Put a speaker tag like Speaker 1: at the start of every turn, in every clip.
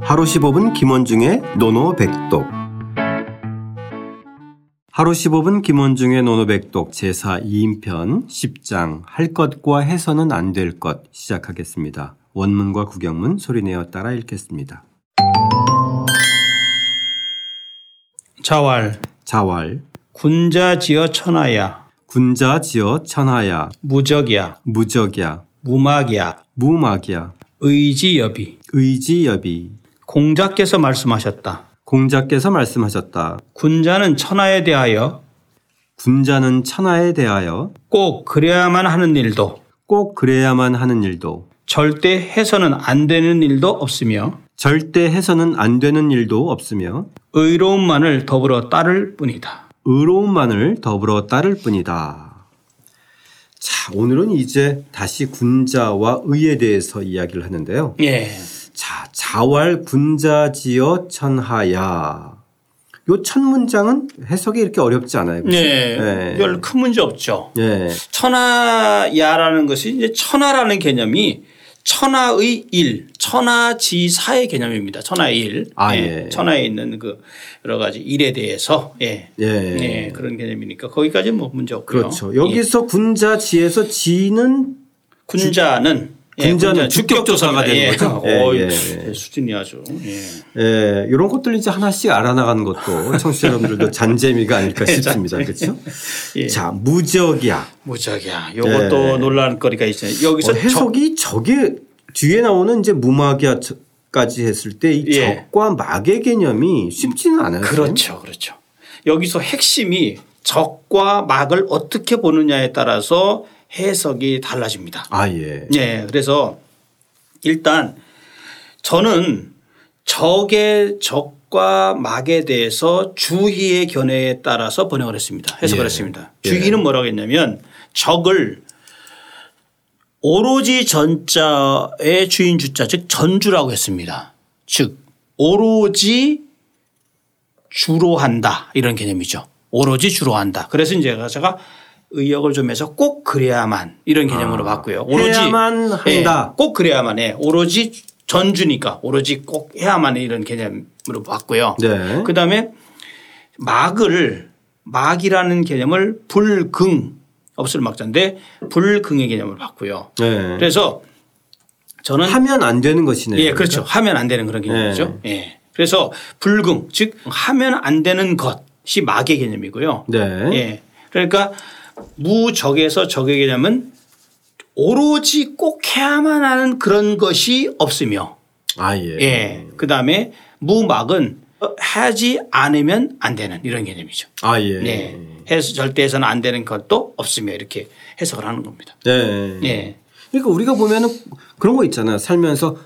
Speaker 1: 하루 15분 김원중의 노노백독 하루 15분 김원중의 노노백독 제4 2인편 10장 할 것과 해서는 안 될 것 시작하겠습니다. 원문과 구경문 소리내어 따라 읽겠습니다.
Speaker 2: 자왈
Speaker 1: 자왈
Speaker 2: 군자 지어 천하야
Speaker 1: 군자 지어 천하야
Speaker 2: 무적야
Speaker 1: 무적야
Speaker 2: 무막야
Speaker 1: 무막야
Speaker 2: 의지여비
Speaker 1: 의지여비
Speaker 2: 공자께서 말씀하셨다.
Speaker 1: 공자께서 말씀하셨다.
Speaker 2: 군자는 천하에 대하여
Speaker 1: 군자는 천하에 대하여
Speaker 2: 꼭 그래야만 하는 일도
Speaker 1: 꼭 그래야만 하는 일도
Speaker 2: 절대 해서는 안 되는 일도 없으며
Speaker 1: 절대 해서는 안 되는 일도 없으며
Speaker 2: 의로움만을 더불어 따를 뿐이다.
Speaker 1: 의로움만을 더불어 따를 뿐이다. 자, 오늘은 이제 다시 군자와 의에 대해서 이야기를 하는데요.
Speaker 2: 예.
Speaker 1: 자, 자왈 군자지어 천하야. 요 첫 문장은 해석이 이렇게 어렵지 않아요. 그죠? 네.
Speaker 2: 예. 별 큰 문제 없죠.
Speaker 1: 예.
Speaker 2: 천하야라는 것이 이제 천하라는 개념이 천하의 일, 천하지사의 개념입니다. 천하의 일.
Speaker 1: 아, 예.
Speaker 2: 천하에 있는 그 여러 가지 일에 대해서 예.
Speaker 1: 예.
Speaker 2: 예, 그런 개념이니까 거기까지 뭐 문제 없고요. 예,
Speaker 1: 그렇죠. 여기서 군자지에서 지는
Speaker 2: 군자는 예,
Speaker 1: 군자는
Speaker 2: 군자,
Speaker 1: 주격조사가 되는
Speaker 2: 예.
Speaker 1: 거죠? 예,
Speaker 2: 어이,
Speaker 1: 예,
Speaker 2: 수준이 아주. 예.
Speaker 1: 예, 이런 것들 이제 하나씩 알아나가는 것도 청취자 여러분들도 잔재미가 아닐까 싶습니다. 그렇죠?
Speaker 2: 예.
Speaker 1: 자, 무적이야. 네.
Speaker 2: 무작이야. 요것도 논란거리가 있어요. 여기서
Speaker 1: 어, 해석이 저게 뒤에 나오는 이제 무막이야까지 했을 때 이
Speaker 2: 예.
Speaker 1: 적과 막의 개념이 쉽지는 않아요.
Speaker 2: 그렇죠. 그렇죠. 여기서 핵심이 적과 막을 어떻게 보느냐에 따라서 해석이 달라집니다.
Speaker 1: 아 예.
Speaker 2: 예. 그래서 일단 저는 적의 적과 막에 대해서 주희의 견해에 따라서 번역을 했습니다.
Speaker 1: 예.
Speaker 2: 해석을 했습니다.
Speaker 1: 예.
Speaker 2: 주희는 뭐라고 했냐면 적을 오로지 전자의 주인 주자 즉 전주라고 했습니다. 즉 오로지 주로 한다 이런 개념이죠. 오로지 주로 한다. 그래서 이제 제가- 제가 의역을 좀 해서 꼭 그래야만 이런 개념으로 봤고요. 오로지
Speaker 1: 아. 해야만 한다.
Speaker 2: 예, 꼭 그래야만 해. 오로지 전주니까 오로지 꼭 해야만 해 이런 개념으로 봤고요.
Speaker 1: 네.
Speaker 2: 그다음에 막을 막이라는 개념을 불긍 없을 막자인데 불긍의 개념을 봤고요.
Speaker 1: 네.
Speaker 2: 그래서 저는
Speaker 1: 하면 네. 안 되는 것이네요.
Speaker 2: 예, 그렇죠. 하면 안 되는 그런 개념이죠. 예. 그래서 불궁, 즉 하면 안 되는 것이 막의 개념이고요.
Speaker 1: 네.
Speaker 2: 예. 그러니까 무적에서 적의 개념은 오로지 꼭 해야만 하는 그런 것이 없으며,
Speaker 1: 아 예.
Speaker 2: 예. 그 다음에 무막은 하지 않으면 안 되는 이런 개념이죠.
Speaker 1: 아 예.
Speaker 2: 네. 해서 절대 해서는 안 되는 것도 없으며 이렇게 해석을 하는 겁니다.
Speaker 1: 네.
Speaker 2: 예.
Speaker 1: 그러니까 우리가 보면은 그런 거 있잖아요. 살면서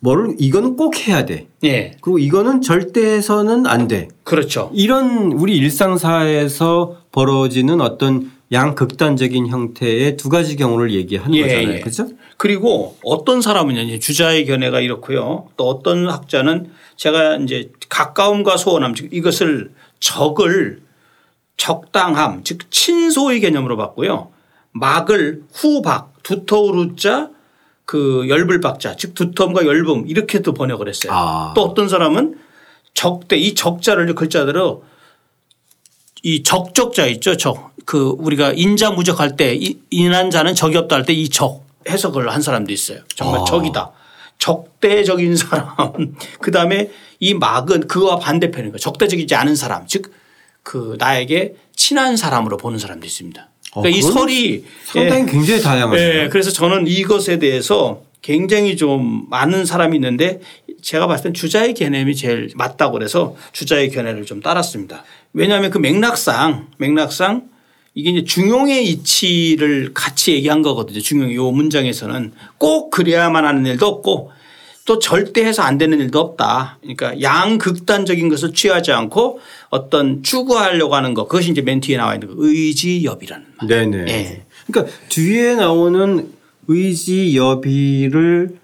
Speaker 1: 뭐를 이거는 꼭 해야 돼.
Speaker 2: 예.
Speaker 1: 그리고 이거는 절대 해서는 안 돼.
Speaker 2: 그렇죠.
Speaker 1: 이런 우리 일상사에서 벌어지는 어떤 양극단적인 형태의 두 가지 경우를 얘기하는
Speaker 2: 예,
Speaker 1: 거잖아요.
Speaker 2: 예.
Speaker 1: 그렇죠?
Speaker 2: 그리고 어떤 사람은요, 이제 주자의 견해가 이렇고요. 또 어떤 학자는 제가 이제 가까움과 소원함, 즉 이것을 적을 적당함, 즉 친소의 개념으로 봤고요. 막을 후박, 두터우루자, 그 열불박자, 즉 두터움과 열붐 이렇게 또 번역을 했어요.
Speaker 1: 아.
Speaker 2: 또 어떤 사람은 적대 이 적자를 글자대로 이 적적자 있죠. 적. 그 우리가 인자 무적할 때 이- 인한 자는 적이 없다 할 때 이 적 해석을 한 사람도 있어요. 정말
Speaker 1: 아.
Speaker 2: 적이다. 적대적인 사람. 그다음에 이 막은 그와 반대편인 거예요. 적대적이지 않은 사람. 즉 그 나에게 친한 사람으로 보는 사람도 있습니다.
Speaker 1: 어,
Speaker 2: 그러니까 이
Speaker 1: 그건
Speaker 2: 설이
Speaker 1: 상당히
Speaker 2: 예.
Speaker 1: 굉장히 다양하죠.
Speaker 2: 네, 그래서 저는 이것에 대해서 굉장히 좀 많은 사람이 있는데 제가 봤을 땐 주자의 개념이 제일 맞다고 그래서 주자의 견해를 좀 따랐습니다. 왜냐하면 그 맥락상 맥락상 이게 이제 중용의 이치를 같이 얘기한 거거든요. 중용 요 문장에서는 꼭 그래야만 하는 일도 없고 또 절대 해서 안 되는 일도 없다. 그러니까 양극단적인 것을 취하지 않고 어떤 추구하려고 하는 것 그것이 이제 맨 뒤에 나와 있는 거 의지협이라는 말.
Speaker 1: 네네.
Speaker 2: 예.
Speaker 1: 그러니까 뒤에 나오는 의지 여비를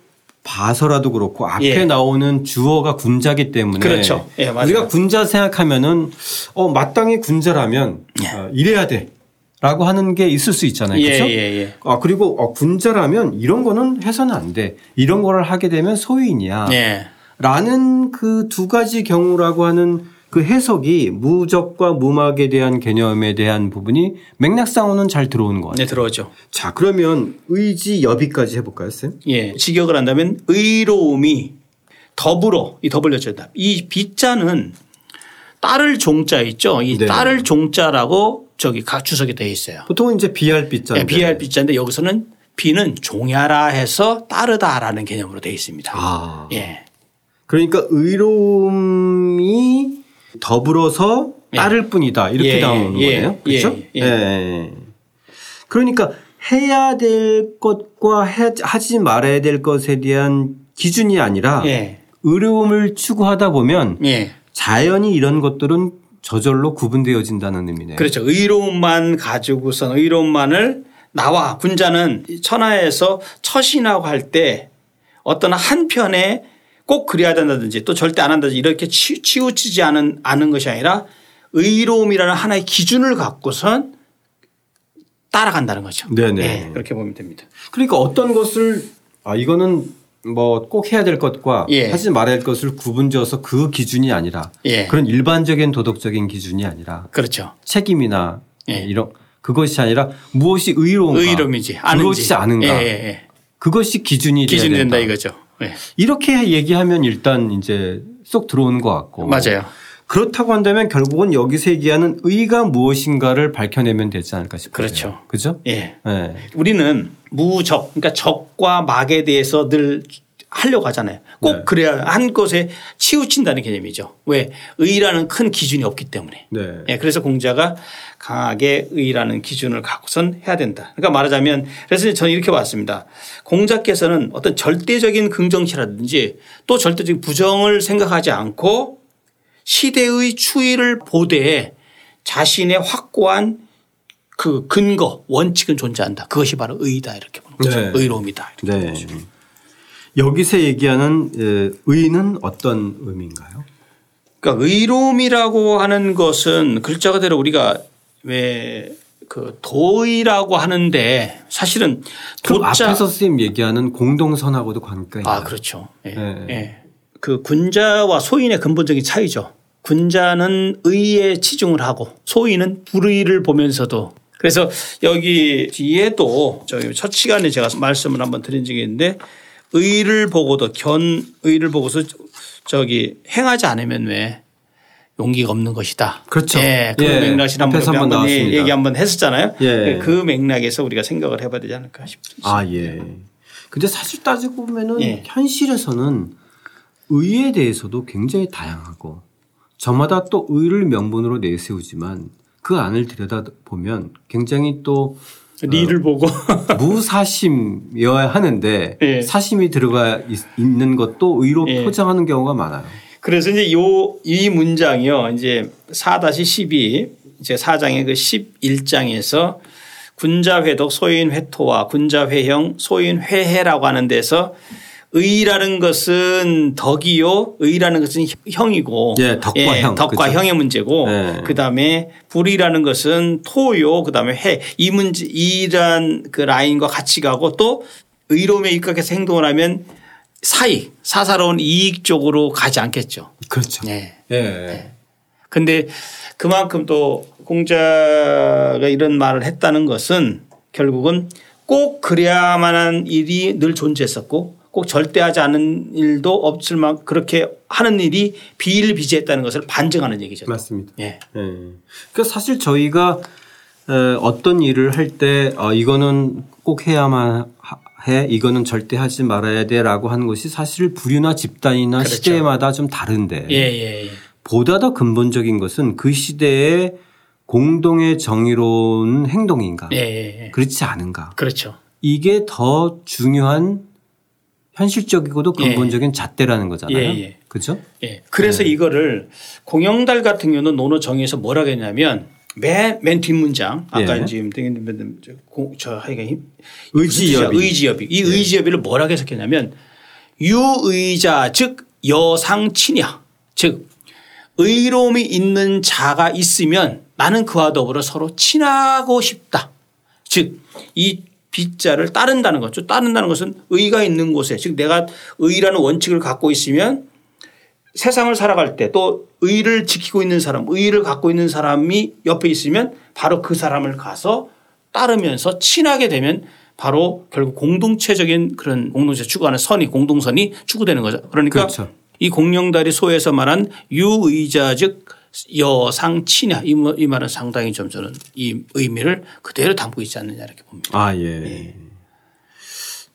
Speaker 1: 봐서라도 그렇고 앞에
Speaker 2: 예.
Speaker 1: 나오는 주어가 군자기 때문에
Speaker 2: 그렇죠. 예, 맞아요.
Speaker 1: 우리가 군자 생각하면은 어 마땅히 군자라면 어, 이래야 돼라고 하는 게 있을 수 있잖아요.
Speaker 2: 예,
Speaker 1: 그렇죠?
Speaker 2: 예, 예.
Speaker 1: 아 그리고 어, 군자라면 이런 거는 해서는 안 돼. 이런 거를 하게 되면 소인이야.
Speaker 2: 네.
Speaker 1: 라는 그 두 가지 경우라고 하는 그 해석이 무적과 무막에 대한 개념에 대한 부분이 맥락상으로는 잘 들어오는 것 같아요.
Speaker 2: 네, 들어오죠.
Speaker 1: 자, 그러면 의지 여비까지 해볼까요, 쌤?
Speaker 2: 예. 직역을 한다면 의로움이 더불어 이 더블려졌다. 이 비자는 따를 종자 있죠. 이
Speaker 1: 네.
Speaker 2: 따를 종자라고 저기 가 주석이 되어 있어요.
Speaker 1: 보통은 이제 비할비자인데. 네.
Speaker 2: 예, 비할 비자인데 여기서는 비는 종야라 해서 따르다라는 개념으로 되어 있습니다.
Speaker 1: 아.
Speaker 2: 예.
Speaker 1: 그러니까 의로움이 더불어서 따를 뿐이다. 이렇게
Speaker 2: 예,
Speaker 1: 나오는
Speaker 2: 예,
Speaker 1: 거네요.
Speaker 2: 예,
Speaker 1: 그렇죠?
Speaker 2: 예.
Speaker 1: 예. 그러니까 해야 될 것과 해- 하지 말아야 될 것에 대한 기준이 아니라
Speaker 2: 예.
Speaker 1: 의로움을 추구하다 보면
Speaker 2: 예.
Speaker 1: 자연히 이런 것들은 저절로 구분되어진다는 의미네요.
Speaker 2: 그렇죠. 의로움만 가지고선 의로움만을 나와 군자는 천하에서 처신하고 할 때 어떤 한 편에 꼭 그래야 된다든지 또 절대 안 한다든지 이렇게 치- 치우치지 않은, 않은 것이 아니라 의로움이라는 하나의 기준을 갖고선 따라간다는 거죠.
Speaker 1: 네네.
Speaker 2: 예, 그렇게 보면 됩니다.
Speaker 1: 그러니까 어떤 것을 아 이거는 뭐 꼭 해야 될 것과
Speaker 2: 예.
Speaker 1: 하지 말아야 할 것을 구분지어서 그 기준이 아니라
Speaker 2: 예.
Speaker 1: 그런 일반적인 도덕적인 기준이 아니라
Speaker 2: 그렇죠.
Speaker 1: 책임이나
Speaker 2: 예.
Speaker 1: 이런 그것이 아니라 무엇이 의로운가
Speaker 2: 의로움이지. 아는지.
Speaker 1: 그것이 아는가
Speaker 2: 예, 예,
Speaker 1: 그것이 기준이
Speaker 2: 예.
Speaker 1: 돼야
Speaker 2: 기준이 된다
Speaker 1: 된다.
Speaker 2: 이거죠. 예.
Speaker 1: 이렇게 얘기하면 일단 이제 쏙 들어오는 것 같고
Speaker 2: 맞아요.
Speaker 1: 그렇다고 한다면 결국은 여기서 얘기하는 의가 무엇인가를 밝혀내면 되지 않을까 싶어요.
Speaker 2: 그렇죠.
Speaker 1: 그죠?
Speaker 2: 예.
Speaker 1: 예.
Speaker 2: 우리는 무적, 그러니까 적과 막에 대해서 늘 하려고 하잖아요. 꼭
Speaker 1: 네.
Speaker 2: 그래야 한 것에 치우친다는 개념이죠. 왜? 의라는 큰 기준이 없기 때문에.
Speaker 1: 네.
Speaker 2: 예, 그래서 공자가 강하게 의라는 기준을 갖고선 해야 된다. 그러니까 말하자면 그래서 이제 저는 이렇게 봤습니다. 공자께서는 어떤 절대적인 긍정시라든지 또 절대적인 부정을 생각하지 않고 시대의 추이를 보되 자신의 확고한 그 근거, 원칙은 존재한다. 그것이 바로 의다 이렇게 보는 거죠.
Speaker 1: 네.
Speaker 2: 의로움이다. 이렇게 보는
Speaker 1: 네.
Speaker 2: 거죠.
Speaker 1: 여기서 얘기하는 예, 의는 어떤 의미인가요?
Speaker 2: 그러니까 의로움이라고 하는 것은 글자 그대로 우리가 왜 그 도의라고 하는데 사실은
Speaker 1: 그
Speaker 2: 도자
Speaker 1: 앞에서 선생님 얘기하는 공동선하고도 관계가 있나요?
Speaker 2: 아 그렇죠. 예.
Speaker 1: 음. 네.
Speaker 2: 예. 그 군자와 소인의 근본적인 차이죠. 군자는 의에 치중을 하고 소인은 불의를 보면서도 그래서 여기 뒤에도 저기 첫 시간에 제가 말씀을 한번 드린 적이 있는데 의를 보고도 견의를 보고서 저기 행하지 않으면 왜 용기가 없는 것이다.
Speaker 1: 그렇죠.
Speaker 2: 예, 그
Speaker 1: 예.
Speaker 2: 맥락이라
Speaker 1: 앞에서
Speaker 2: 한번
Speaker 1: 한번
Speaker 2: 예,
Speaker 1: 나왔습니다.
Speaker 2: 얘기 한번 했었잖아요.
Speaker 1: 예.
Speaker 2: 그 맥락에서 우리가 생각을 해봐야 되지 않을까 싶습니다.
Speaker 1: 아, 예. 근데 사실 따지고 보면은
Speaker 2: 그렇죠. 예.
Speaker 1: 현실에서는 의에 대해서도 굉장히 다양하고 저마다 또 의를 명분으로 내세우지만 그 안을 들여다보면 굉장히 또
Speaker 2: 리를 보고
Speaker 1: 무사심이어야 하는데
Speaker 2: 예.
Speaker 1: 사심이 들어가 있, 는 것도 의로
Speaker 2: 예.
Speaker 1: 포장하는 경우가 많아요.
Speaker 2: 그래서 이제 요, 이 문장이요. 이제 4-12, 이제 4장의 그 11장에서 군자회독 소인회토와 군자회형 소인회해라고 하는 데서 의라는 것은 덕이요. 의라는 것은 형이고.
Speaker 1: 예, 덕과 형.
Speaker 2: 덕과
Speaker 1: 그죠.
Speaker 2: 형의 문제고.
Speaker 1: 예.
Speaker 2: 그 다음에 불이라는 것은 토요. 그 다음에 해. 이 문제, 이란 그 라인과 같이 가고 또 의로움에 입각해서 행동을 하면 사익, 사사로운 이익 쪽으로 가지 않겠죠.
Speaker 1: 그렇죠.
Speaker 2: 네.
Speaker 1: 예.
Speaker 2: 근데 그만큼 또 공자가 이런 말을 했다는 것은 결국은 꼭 그래야만 한 일이 늘 존재했었고 꼭 절대하지 않은 일도 없을 만 그렇게 하는 일이 비일비재했다는 것을 반증하는 얘기죠.
Speaker 1: 맞습니다.
Speaker 2: 예.
Speaker 1: 예. 그러니까 사실 저희가 에, 어떤 일을 할 때 어, 이거는 꼭 해야만 하- 해, 이거는 절대 하지 말아야 돼라고 하는 것이 사실 부류나 집단이나
Speaker 2: 그렇죠.
Speaker 1: 시대마다 좀 다른데
Speaker 2: 예, 예, 예.
Speaker 1: 보다 더 근본적인 것은 그 시대의 공동의 정의로운 행동인가
Speaker 2: 예, 예, 예.
Speaker 1: 그렇지 않은가
Speaker 2: 그렇죠.
Speaker 1: 이게 더 중요한 현실적이고도 근본적인 잣대라는 거잖아요.
Speaker 2: 예, 예.
Speaker 1: 그죠?
Speaker 2: 예.
Speaker 1: 음.
Speaker 2: 그래서 이거를 공영달 같은 경우는 논어 정의에서 뭐라고 했냐면 맨, 맨 뒷문장 아까
Speaker 1: 예.
Speaker 2: 이제 땡땡땡 저, 고- 저 하여간 힘-
Speaker 1: 의지여비. 예.
Speaker 2: 의지여비. 이 의지여비를 뭐라고 해석했냐면 유의자 즉 여상치냐 즉 의로움이 있는 자가 있으면 나는 그와 더불어 서로 친하고 싶다. 즉 이 빗자를 따른다는 거죠. 따른다는 것은 의가 있는 곳에 즉 내가 의라는 원칙을 갖고 있으면 세상을 살아갈 때 또 의의를 지키고 있는 사람, 의의를 갖고 있는 사람이 옆에 있으면 바로 그 사람을 가서 따르면서 친하게 되면 바로 결국 공동체적인 그런 공동체 추구하는 선이 공동선이 추구되는 거죠. 그러니까
Speaker 1: 그렇죠.
Speaker 2: 이 공룡다리 소에서 말한 유의자 즉 여상치냐 이, 뭐- 이 말은 상당히 좀 저는 이 의미를 그대로 담고 있지 않느냐 이렇게 봅니다.
Speaker 1: 아, 예.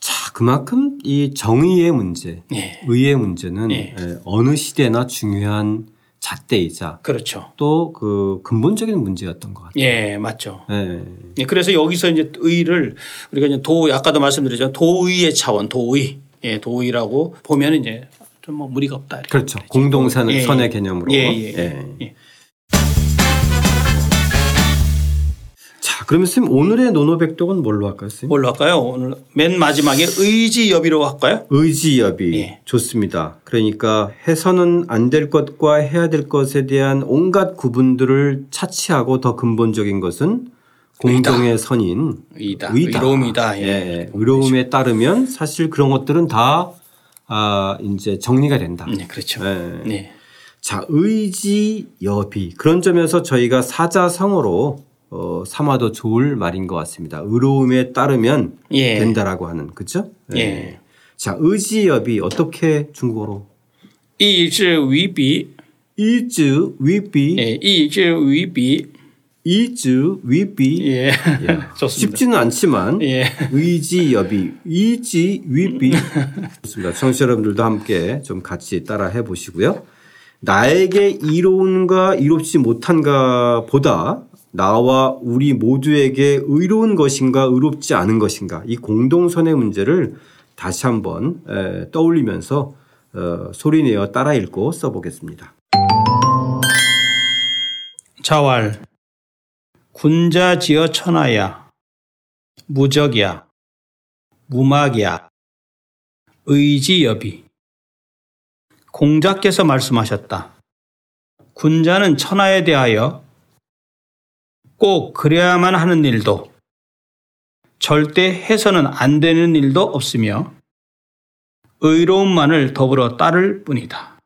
Speaker 1: 자, 그만큼 이 정의의 문제,
Speaker 2: 예.
Speaker 1: 의의 문제는
Speaker 2: 예.
Speaker 1: 예, 어느 시대나 중요한 잣대이자
Speaker 2: 그렇죠.
Speaker 1: 또 그 근본적인 문제였던 것 같아요.
Speaker 2: 예, 맞죠.
Speaker 1: 예.
Speaker 2: 예, 그래서 여기서 이제 의를 우리가 이제 도 아까도 말씀드렸지만 도의의 차원 도의 예, 도의라고 보면 이제 좀 뭐 무리가 없다. 이렇게.
Speaker 1: 그렇죠. 공동선의
Speaker 2: 예, 예.
Speaker 1: 선의 개념으로.
Speaker 2: 예, 예,
Speaker 1: 예.
Speaker 2: 예.
Speaker 1: 자, 그러면 선생님 오늘의 노노백독은 뭘로 할까요, 선생님?
Speaker 2: 뭘로 할까요? 오늘 맨 마지막에 의지 여비로 할까요?
Speaker 1: 의지협의
Speaker 2: 예.
Speaker 1: 좋습니다. 그러니까 해서는 안 될 것과 해야 될 것에 대한 온갖 구분들을 차치하고 더 근본적인 것은 공동의 선인
Speaker 2: 의다.
Speaker 1: 의다.
Speaker 2: 의로움이다. 예. 그렇죠.
Speaker 1: 예, 의로움에 따르면 사실 그런 것들은 다 아, 이제 정리가 된다.
Speaker 2: 네, 그렇죠.
Speaker 1: 예.
Speaker 2: 네.
Speaker 1: 자, 의지여비 그런 점에서 저희가 사자성어로 어, 삼아도 좋을 말인 것 같습니다. 의로움에 따르면
Speaker 2: 예.
Speaker 1: 된다라고 하는 그죠?
Speaker 2: 예.
Speaker 1: 자, 의지협이 어떻게 중국어로
Speaker 2: 이즈 위비
Speaker 1: 이즈 위비
Speaker 2: 예, 이즈 위비
Speaker 1: 이즈 위비
Speaker 2: 예.
Speaker 1: 예.
Speaker 2: 좋습니다.
Speaker 1: 쉽지는 않지만
Speaker 2: 예.
Speaker 1: 의지협이 의지 위비 좋습니다. 청취자 여러분들도 함께 좀 같이 따라 해보시고요. 나에게 이로운가 이롭지 못한가 보다 나와 우리 모두에게 의로운 것인가 의롭지 않은 것인가 이 공동선의 문제를 다시 한번 에, 떠올리면서 어, 소리내어 따라 읽고 써보겠습니다.
Speaker 2: 자왈 군자지어 천하야 무적야 무막야 의지여비 공자께서 말씀하셨다. 군자는 천하에 대하여 꼭 그래야만 하는 일도 절대 해서는 안 되는 일도 없으며 의로움만을 더불어 따를 뿐이다.